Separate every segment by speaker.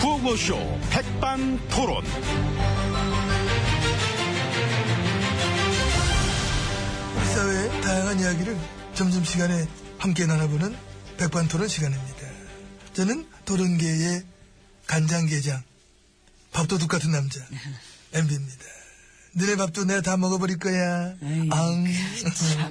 Speaker 1: 구호쇼 백반토론.
Speaker 2: 사회의 다양한 이야기를 점심시간에 함께 나눠보는 백반토론 시간입니다. 저는 토론계의 간장게장, 밥도둑 같은 남자, 엠비입니다. 너네 밥도 내가 다 먹어버릴 거야. 앙.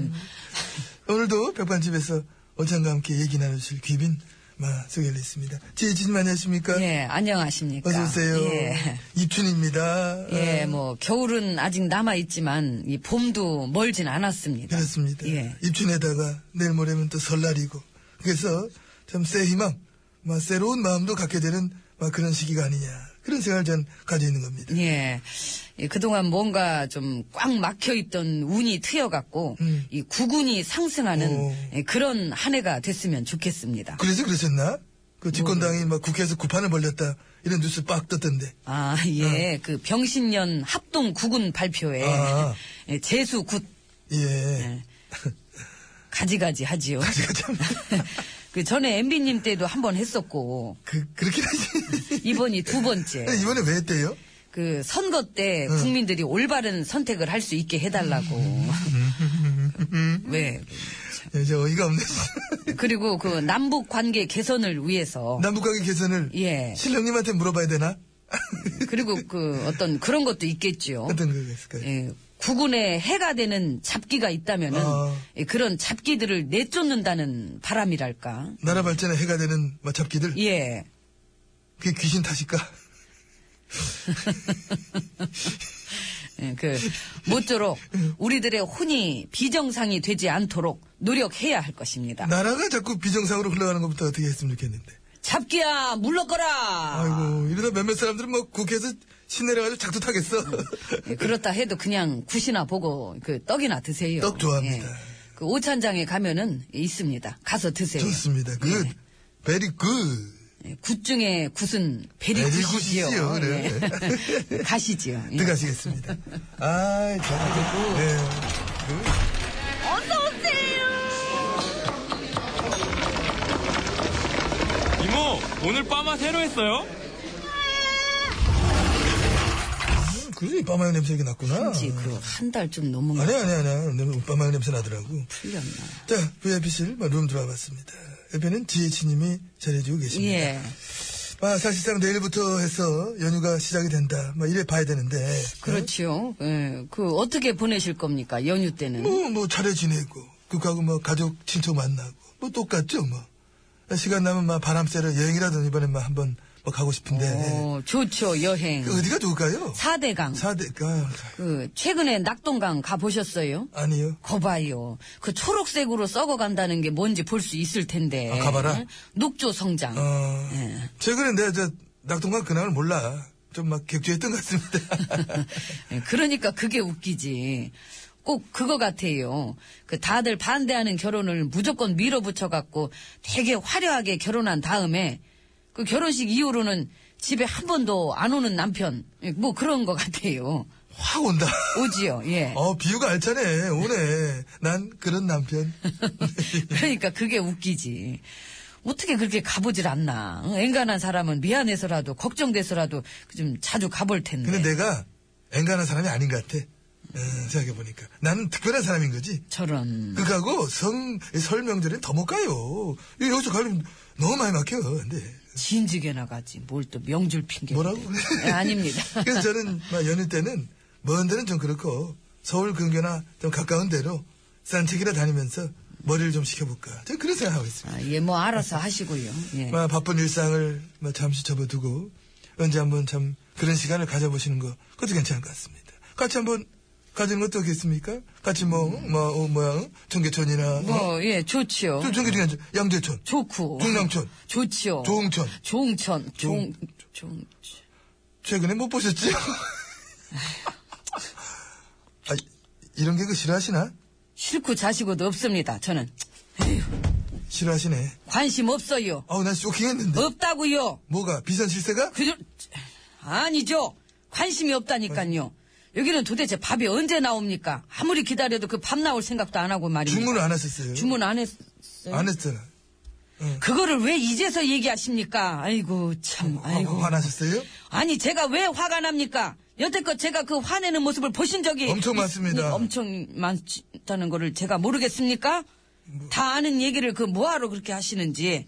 Speaker 2: 오늘도 백반집에서 어장과 함께 얘기 나누실 귀빈 마 소개를 했습니다. 지혜진님 안녕하십니까?
Speaker 3: 예, 안녕하십니까.
Speaker 2: 어서오세요. 네.
Speaker 3: 예.
Speaker 2: 입춘입니다.
Speaker 3: 예, 뭐, 겨울은 아직 남아있지만, 이 봄도 멀진 않았습니다.
Speaker 2: 그렇습니다.
Speaker 3: 예.
Speaker 2: 입춘에다가 내일 모레면 또 설날이고 그래서 참 새 희망, 막 새로운 마음도 갖게 되는 막 그런 시기가 아니냐 그런 생각을 전 가지고 있는 겁니다.
Speaker 3: 예. 예, 그동안 뭔가 좀 꽉 막혀있던 운이 트여갖고,
Speaker 2: 음.
Speaker 3: 이 구군이 상승하는
Speaker 2: 오.
Speaker 3: 예, 그런 한 해가 됐으면 좋겠습니다.
Speaker 2: 그래서 그러셨나?
Speaker 3: 뭐,
Speaker 2: 그
Speaker 3: 네.
Speaker 2: 집권당이 막 국회에서 구판을 벌렸다 이런 뉴스 빡 떴던데.
Speaker 3: 아, 예. 그 병신년 합동 구군 발표에,
Speaker 2: 네. 아.
Speaker 3: 예, 재수 굿,
Speaker 2: 예.
Speaker 3: 예. 가지가지 하지요.
Speaker 2: 제가 참
Speaker 3: 그 전에 MB님 때도 한 번 했었고,
Speaker 2: 그, 그렇긴 하지.
Speaker 3: 이번이 두 번째.
Speaker 2: 이번에 왜 했대요?
Speaker 3: 그 선거 때 국민들이 올바른 선택을 할 수 있게 해달라고. 왜?
Speaker 2: 예, 저 어이가 없네.
Speaker 3: 그리고 그 남북 관계 개선을 위해서.
Speaker 2: 남북관계 개선을
Speaker 3: 어. 예.
Speaker 2: 신령님한테 물어봐야 되나? 네.
Speaker 3: 그리고 그 어떤 그런 것도 있겠지요.
Speaker 2: 어떤 그게 있을까요?
Speaker 3: 예, 국군에 해가 되는 잡기가 있다면은
Speaker 2: 아.
Speaker 3: 예, 그런 잡기들을 내쫓는다는 바람이랄까.
Speaker 2: 나라 발전에 해가 되는 막 잡기들.
Speaker 3: 예.
Speaker 2: 그게 귀신 탓일까?
Speaker 3: 예, 그 모쪼록
Speaker 2: 네.
Speaker 3: 우리들의 혼이 비정상이 되지 않도록 노력해야 할 것입니다.
Speaker 2: 나라가 자꾸 비정상으로 흘러가는 것부터 어떻게 했으면 좋겠는데.
Speaker 3: 잡기야 물러거라.
Speaker 2: 아이고 이러다 몇몇 사람들은 뭐 국회에서 신내려가지고 작두 타겠어.
Speaker 3: 예, 그렇다 해도 그냥 굿이나 보고 그 떡이나 드세요.
Speaker 2: 떡 좋아합니다.
Speaker 3: 그 오찬장에 가면은 있습니다. 가서 드세요.
Speaker 2: 좋습니다. 굿.
Speaker 3: 예.
Speaker 2: 베리 굿.
Speaker 3: 예, 굿 중에 굿은
Speaker 2: 베리굿이지요, 네.
Speaker 3: 베리굿이지요. 예.
Speaker 2: 그래.
Speaker 3: 가시지요. 예.
Speaker 2: 들어가시겠습니다. 아이, 잘 네. 굿.
Speaker 4: 이모 오늘 빠마 새로 했어요?
Speaker 2: 음, 그래서 이 빠마요 냄새 이게 났구나.
Speaker 3: 그런지 그 한 달 좀 넘은 거
Speaker 2: 아니야, 네. 아니야, 아니야. 냄- 빠마요 냄새 나더라고.
Speaker 3: 풀렸나.
Speaker 2: 자, VIP실 뭐 룸 들어와 봤습니다. 옆에는 지혜치님이 잘해주고 계십니다.
Speaker 3: 예.
Speaker 2: 아, 사실상 내일부터 해서 연휴가 시작이 된다. 막 이래 봐야 되는데.
Speaker 3: 그렇죠. 그렇지요. 예. 그 어떻게 보내실 겁니까? 연휴 때는.
Speaker 2: 뭐, 뭐, 차례 지내고, 그하고 뭐, 가족, 친척 만나고, 뭐, 똑같죠, 뭐. 시간 나면, 막, 바람 쐬러 여행이라도 이번엔 막, 한번, 뭐, 가고 싶은데.
Speaker 3: 오, 어, 좋죠. 여행.
Speaker 2: 그 어디가 좋을까요?
Speaker 3: 사대강
Speaker 2: 사대가
Speaker 3: 그 최근에 낙동강 가 보셨어요?
Speaker 2: 아니요.
Speaker 3: 거봐요. 그 초록색으로 썩어간다는 게 뭔지 볼 수 있을 텐데.
Speaker 2: 아, 가봐라.
Speaker 3: 응? 녹조 성장.
Speaker 2: 어,
Speaker 3: 예.
Speaker 2: 최근에 내가 저, 낙동강 근황을 몰라. 좀 막, 객주했던 것 같습니다.
Speaker 3: 그러니까 그게 웃기지. 꼭 그거 같아요. 그 다들 반대하는 결혼을 무조건 밀어붙여갖고 되게 화려하게 결혼한 다음에 그 결혼식 이후로는 집에 한 번도 안 오는 남편. 예, 뭐 그런 거 같아요.
Speaker 2: 확 온다.
Speaker 3: 오지요, 예.
Speaker 2: 어, 비유가 알차네. 오네. 난 그런 남편.
Speaker 3: 그러니까 그게 웃기지. 어떻게 그렇게 가보질 않나. 응, 엔간한 사람은 미안해서라도, 걱정돼서라도 좀 자주 가볼 텐데.
Speaker 2: 근데 내가 앵간한 사람이 아닌 것 같아. 음, 생각해보니까. 나는 특별한 사람인 거지.
Speaker 3: 저런.
Speaker 2: 그거하고 성, 설명절엔 더 못 가요. 이- 여기서 가려면 너무 많이 막혀. 근데.
Speaker 3: 진지게 나가지. 뭘 또 명줄 핑계.
Speaker 2: 뭐라고?
Speaker 3: 네, 아닙니다.
Speaker 2: 그래서 저는 막 연휴 때는, 먼 데는 좀 그렇고, 서울 근교나 좀 가까운 데로 산책이라 다니면서 머리를 좀 식혀볼까. 저는 그런 생각하고 있습니다.
Speaker 3: 아, 예, 뭐 알아서 하시고요. 예.
Speaker 2: 막 바쁜 일상을 막 잠시 접어두고, 언제 한번 참 그런 시간을 가져보시는 거, 그것도 괜찮을 것 같습니다. 같이 한번 가지는 것도 어떻겠습니까? 같이 뭐, 뭐, 어, 뭐야, 청계천이나, 뭐,
Speaker 3: 뭐, 예, 좋지요.
Speaker 2: 청계 중에 양재천.
Speaker 3: 좋고.
Speaker 2: 중랑촌.
Speaker 3: 좋지요.
Speaker 2: 조홍천.
Speaker 3: 조홍천. 종, 종,
Speaker 2: 최근에 못 보셨죠? 아, 이런 개그 싫어하시나?
Speaker 3: 싫고 자시고도 없습니다. 저는.
Speaker 2: 싫어하시네.
Speaker 3: 관심 없어요.
Speaker 2: 아우, 난 쇼킹했는데.
Speaker 3: 없다고요.
Speaker 2: 뭐가? 비선 실세가?
Speaker 3: 그저 아니죠. 관심이 없다니까요. 여기는 도대체 밥이 언제 나옵니까? 아무리 기다려도 그 밥 나올 생각도 안 하고 말입니다.
Speaker 2: 주문을 안 하셨어요.
Speaker 3: 주문 안 했어요.
Speaker 2: 안 했잖아. 응.
Speaker 3: 그거를 왜 이제서 얘기하십니까? 아이고 참
Speaker 2: 아이고. 뭐
Speaker 3: 아이고.
Speaker 2: 화나셨어요?
Speaker 3: 아니 제가 왜 화가 납니까? 여태껏 제가 그 화내는 모습을 보신 적이
Speaker 2: 엄청
Speaker 3: 있-
Speaker 2: 많습니다.
Speaker 3: 엄청 많다는 거를 제가 모르겠습니까? 다 아는 얘기를 그 뭐하러 그렇게 하시는지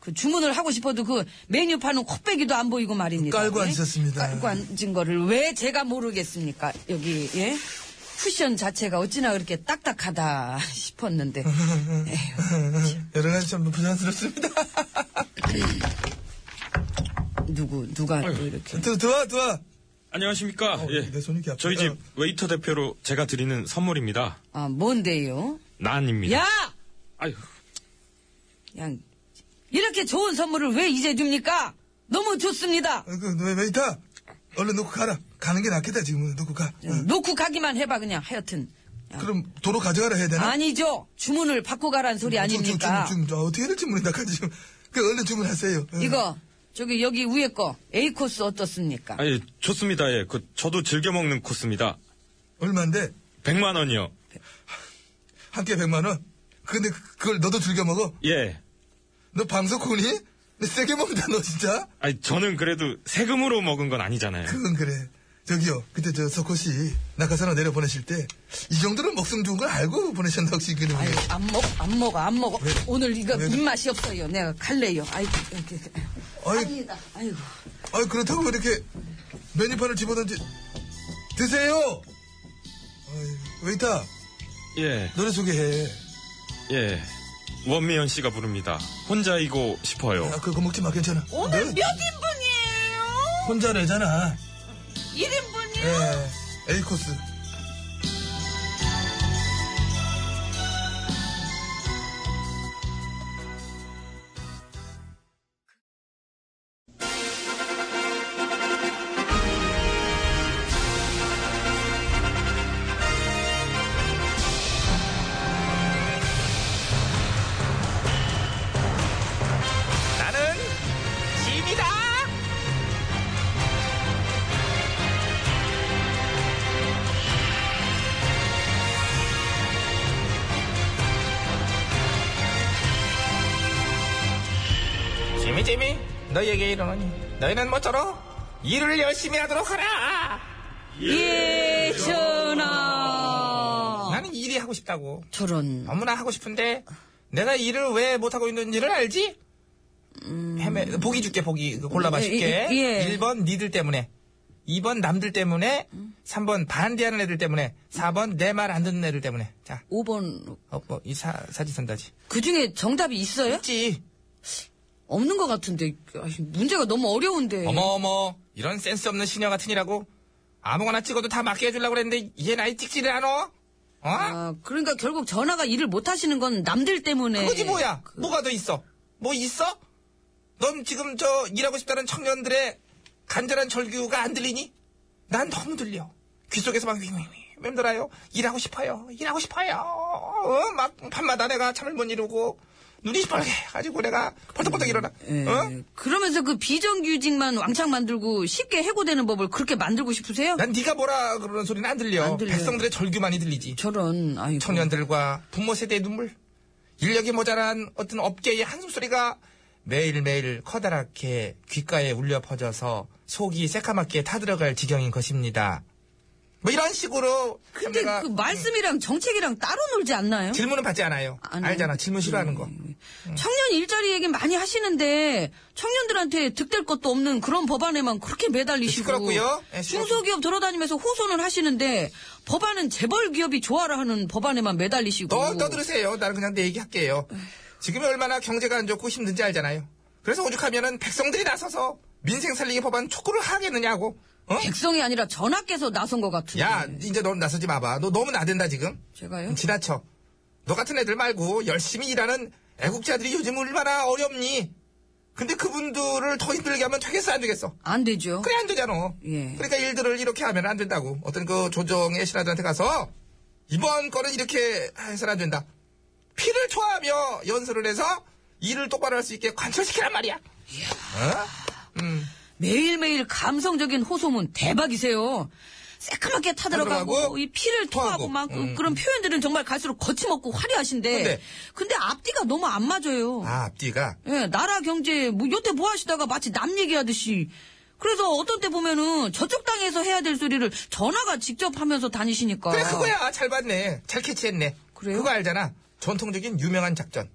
Speaker 3: 그 주문을 하고 싶어도 그 메뉴판은 코빼기도 안 보이고 말입니다.
Speaker 2: 그 깔고
Speaker 3: 예?
Speaker 2: 앉으셨습니다.
Speaker 3: 깔고 앉은 거를 왜 제가 모르겠습니까? 여기 예 쿠션 자체가 어찌나 그렇게 딱딱하다 싶었는데 예? 에휴, 참.
Speaker 2: 여러 가지 참 부자연스럽습니다.
Speaker 3: 누구 누가 또 이렇게
Speaker 2: 또 도와 도와.
Speaker 4: 안녕하십니까. 예.
Speaker 2: 어, 내 손이 이렇게 아프다.
Speaker 4: 저희 집 웨이터 대표로 제가 드리는 선물입니다.
Speaker 3: 아 뭔데요?
Speaker 4: 난입니다.
Speaker 3: 야
Speaker 4: 아유,
Speaker 3: 그냥 이렇게 좋은 선물을 왜 이제 줍니까? 너무 좋습니다.
Speaker 2: 그왜 웨이터 얼른 놓고 가라. 가는 게 낫겠다 지금은 놓고 가. 어.
Speaker 3: 놓고 가기만 해봐 그냥 하여튼 야,
Speaker 2: 그럼 도로 가져가라 해야 되나?
Speaker 3: 아니죠 주문을 받고 가라는 소리 아닙니까?
Speaker 2: 지금 어떻게 될지 모른다. 그 지금 그 얼른 주문하세요. 어.
Speaker 3: 이거 저기 여기 위에 거 A 코스 어떻습니까?
Speaker 4: 아니, 좋습니다. 예. 그, 저도 즐겨 먹는 코스입니다.
Speaker 2: 얼마인데?
Speaker 4: 100만 원이요.
Speaker 2: 한 끼에 100만 원. 근데 그- 그걸 너도 즐겨 먹어?
Speaker 4: 예.
Speaker 2: 너 방석훈이? 너 세게 먹는다 너 진짜?
Speaker 4: 아니, 저는 그래도 세금으로 먹은 건 아니잖아요.
Speaker 2: 그건 그래. 저기요. 그때 저 석호씨 낙하산으로 내려 보내실 때 이 정도는 먹성 좋은 걸 알고 보내셨나 혹시 그는
Speaker 3: 아유, 안 먹어 안 먹어 안 먹어 오늘 이거
Speaker 2: 왜?
Speaker 3: 입맛이 없어요 내가 갈래요 아이고 이렇게
Speaker 2: 아이.
Speaker 3: 아니다 아이고
Speaker 2: 아 그렇다고 이렇게 메뉴판을 집어던지 드세요. 아이, 웨이터
Speaker 4: 예.
Speaker 2: 노래 소개해.
Speaker 4: 예. 원미연 씨가 부릅니다. 혼자이고 싶어요.
Speaker 2: 아 그거 먹지 마 괜찮아.
Speaker 3: 오늘
Speaker 2: 너
Speaker 3: 몇 인분이에요?
Speaker 2: 혼자래잖아.
Speaker 3: 1인분이요?
Speaker 2: 예. A 코스.
Speaker 1: 나는 짐이다. 짐이 짐이 너에게 이르노니 너희는 모쪼록 일을 열심히 하도록 하라.
Speaker 3: 예 전하
Speaker 1: 나는 일이 하고 싶다고.
Speaker 3: 저런
Speaker 1: 너무나 하고 싶은데 내가 일을 왜 못하고 있는지를 알지? 헤매, 보기 줄게, 보기. 그 골라봐
Speaker 3: 예,
Speaker 1: 줄게.
Speaker 3: 예, 예.
Speaker 1: 1번 니들 때문에. 2번 남들 때문에. 3번 반대하는 애들 때문에. 4번 내 말 안 듣는 애들 때문에. 자,
Speaker 3: 5번
Speaker 1: 어, 뭐, 이 사, 사지선다지.
Speaker 3: 그 중에 정답이 있어요?
Speaker 1: 있지.
Speaker 3: 없는 것 같은데 아이, 문제가 너무 어려운데
Speaker 1: 어머어머, 이런 센스 없는 시녀 같으니라고. 아무거나 찍어도 다 맞게 해주려고 그랬는데 얘 나이 찍지를 않어? 어?
Speaker 3: 아, 그러니까 결국 전화가 일을 못 하시는 건 남들 때문에
Speaker 1: 그거지 뭐야? 뭐가 더 있어? 뭐 있어? 넌 지금 저 일하고 싶다는 청년들의 간절한 절규가 안 들리니? 난 너무 들려. 귀 속에서 막 윙윙윙 맴돌아요. 일하고 싶어요. 일하고 싶어요. 어? 막 밤마다 내가 잠을 못 이루고 눈이 시뻘게 해가지고 내가 벌떡벌떡 일어나.
Speaker 3: 예.
Speaker 1: 어?
Speaker 3: 그러면서 그 비정규직만 왕창 만들고 쉽게 해고되는 법을 그렇게 만들고 싶으세요?
Speaker 1: 난 네가 뭐라 그러는 소리는 안 들려.
Speaker 3: 안 들려요.
Speaker 1: 백성들의 절규만이 들리지.
Speaker 3: 저런 아이고
Speaker 1: 청년들과 부모 세대의 눈물, 인력이 모자란 어떤 업계의 한숨 소리가 매일매일 커다랗게 귓가에 울려 퍼져서 속이 새카맣게 타들어갈 지경인 것입니다. 뭐 이런 식으로
Speaker 3: 근데
Speaker 1: 내가
Speaker 3: 그 말씀이랑 정책이랑 따로 놀지 않나요?
Speaker 1: 질문은 받지 않아요.
Speaker 3: 안
Speaker 1: 알잖아.
Speaker 3: 해요.
Speaker 1: 질문 싫어하는
Speaker 3: 음,
Speaker 1: 거.
Speaker 3: 청년 일자리 얘기 많이 하시는데 청년들한테 득될 것도 없는 그런 법안에만 그렇게 매달리시고
Speaker 1: 시끄럽고요. 예, 시끄럽고.
Speaker 3: 중소기업 돌아다니면서 호소는 하시는데 법안은 재벌 기업이 좋아라 하는 법안에만 매달리시고
Speaker 1: 너 어, 떠들으세요. 나는 그냥 내 얘기 할게요. 지금이 얼마나 경제가 안 좋고 힘든지 알잖아요. 그래서 오죽하면은 백성들이 나서서 민생 살리기 법안 촉구를 하겠느냐고. 어?
Speaker 3: 백성이 아니라 전하께서 나선 것 같은데
Speaker 1: 야, 이제 넌 나서지 마봐. 너 너무 나댄다 지금.
Speaker 3: 제가요?
Speaker 1: 지나쳐. 너 같은 애들 말고 열심히 일하는 애국자들이 요즘 얼마나 어렵니? 근데 그분들을 더 힘들게 하면 되겠어, 안 되겠어?
Speaker 3: 안 되죠.
Speaker 1: 그래, 안 되잖아.
Speaker 3: 예.
Speaker 1: 그러니까 일들을 이렇게 하면 안 된다고. 어떤 그 조정의 신하들한테 가서 이번 거는 이렇게 해서는 안 된다. 피를 토하며 연설을 해서 일을 똑바로 할 수 있게 관철시키란 말이야.
Speaker 3: 매일매일 감성적인 호소문 대박이세요. 새까맣게 타들어가고
Speaker 1: 타들어가고,
Speaker 3: 이 피를 토하고
Speaker 1: 토하고. 음.
Speaker 3: 막 그- 그런 표현들은 정말 갈수록 거침없고 화려하신데 근데,
Speaker 1: 근데-
Speaker 3: 앞뒤가 너무 안 맞아요.
Speaker 1: 아, 앞뒤가.
Speaker 3: 예, 나라 경제 뭐 여태 뭐 하시다가 마치 남 얘기하듯이 그래서 어떤 때 보면은 저쪽 땅에서 해야 될 소리를 전화가 직접 하면서 다니시니까
Speaker 1: 아, 그래, 그거야. 잘 봤네. 잘 캐치했네.
Speaker 3: 아. 그래요?
Speaker 1: 그거 알잖아. 전통적인 유명한 작전.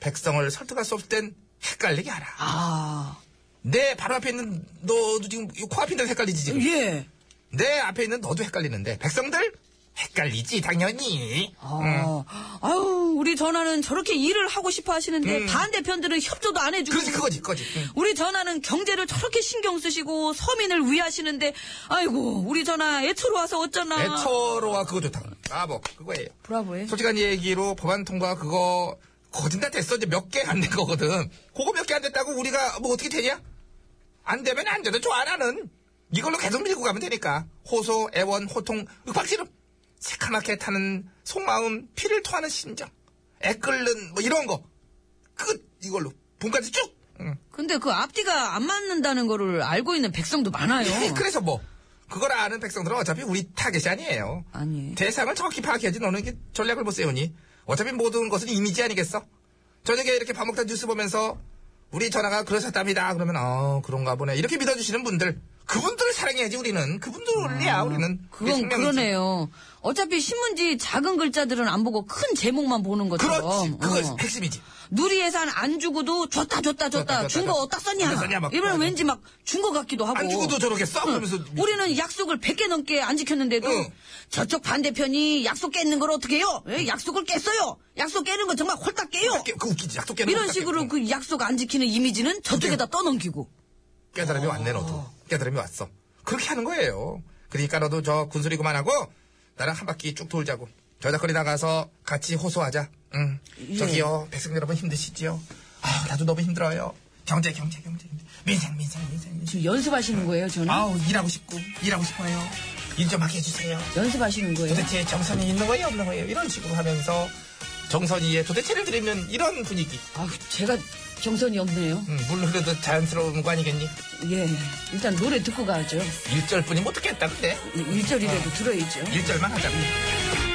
Speaker 1: 백성을 설득할 수 없을 땐 헷갈리게 하라.
Speaker 3: 아,
Speaker 1: 내 바로 앞에 있는 너도 지금 이 코앞인데 헷갈리지 지금.
Speaker 3: 예.
Speaker 1: 내 앞에 있는 너도 헷갈리는데 백성들 헷갈리지 당연히.
Speaker 3: 아, 아유, 우리 전화는 저렇게 일을 하고 싶어 하시는데 반대편들은 협조도 안 해주고.
Speaker 1: 음. 그렇지 그거지 그거지. 응.
Speaker 3: 우리 전화는 경제를 저렇게 신경 쓰시고 서민을 위하시는데 아이고 우리 전화 애초로 와서 어쩌나
Speaker 1: 애처로와 그거 좋다. 브라보 그거예요.
Speaker 3: 브라보해
Speaker 1: 솔직한 얘기로 법안 통과 그거 거진다 됐어 이제 몇 개 안 된 거거든. 그거 몇 개 안 됐다고 우리가 뭐 어떻게 되냐? 안 되면 안 돼도 좋아 나는. 이걸로 계속 밀고 가면 되니까. 호소, 애원, 호통, 윽박지름. 새카맣게 타는 속마음, 피를 토하는 심정. 애 끓는 뭐 이런 거. 끝 이걸로 봄까지 쭉. 응.
Speaker 3: 근데 그 앞뒤가 안 맞는다는 거를 알고 있는 백성도 많아요
Speaker 1: 에이, 그래서 뭐 그걸 아는 백성들은 어차피 우리 타겟이 아니에요.
Speaker 3: 아니.
Speaker 1: 대상을 정확히 파악해야지 너는 이렇게 전략을 못 세우니. 어차피 모든 것은 이미지 아니겠어. 저녁에 이렇게 밥 먹다 뉴스 보면서 우리 전화가 그러셨답니다. 그러면 어 그런가 보네. 이렇게 믿어주시는 분들 그분들을 사랑해야지 우리는 그분들을야 우리는. 우리
Speaker 3: 아, 그건
Speaker 1: 생명이지.
Speaker 3: 그러네요 어차피 신문지 작은 글자들은 안 보고 큰 제목만 보는
Speaker 1: 그렇지.
Speaker 3: 것처럼
Speaker 1: 그거
Speaker 3: 어.
Speaker 1: 핵심이지.
Speaker 3: 누리 예산 안 주고도 줬다 줬다 줬다
Speaker 1: 줬다,
Speaker 3: 준 거
Speaker 1: 줬다.
Speaker 3: 어디다 썼냐
Speaker 1: 어디다 썼냐, 막
Speaker 3: 이러면
Speaker 1: 그러지.
Speaker 3: 왠지 막 준 거 같기도 하고
Speaker 1: 안 주고도 저렇게 써?
Speaker 3: 응.
Speaker 1: 그러면서
Speaker 3: 우리는 약속을 100개 넘게 안 지켰는데도
Speaker 1: 응.
Speaker 3: 저쪽 반대편이 약속 깼는 걸 어떻게 해요? 예, 약속을 깼어요. 약속 깨는 거 정말 홀딱 깨요.
Speaker 1: 깨- 그 웃기지. 약속 깨는
Speaker 3: 이런
Speaker 1: 거
Speaker 3: 식으로 그 약속 안 지키는 이미지는 저쪽에다 떠넘기고.
Speaker 1: 깨달음이 왔네 너도 깨달음이 왔어 그렇게 하는 거예요 그러니까 너도 저 군소리 그만하고 나랑 한 바퀴 쭉 돌자고 저작거리 나가서 같이 호소하자 응. 저기요 백성 여러분 힘드시지요 아 나도 너무 힘들어요 경제 경제 경제 경제. 민생 민생 민생 민생
Speaker 3: 지금 연습하시는 거예요, 저는?
Speaker 1: 아우 일하고 싶고 일하고 싶어요 일 좀 하게 해주세요
Speaker 3: 연습하시는 거예요?
Speaker 1: 도대체 정선이 있는 거예요 없는 거예요 이런 식으로 하면서 정선이의 도대체를 드리는 이런 분위기
Speaker 3: 아, 제가 정선이 없네요.
Speaker 1: 음, 물 흐르듯 자연스러운 거 아니겠니
Speaker 3: 예. 일단 노래 듣고 가죠.
Speaker 1: 일절뿐이면 어떻겠다 근데
Speaker 3: 일절이라도 들어야죠.
Speaker 1: 일절만 하자고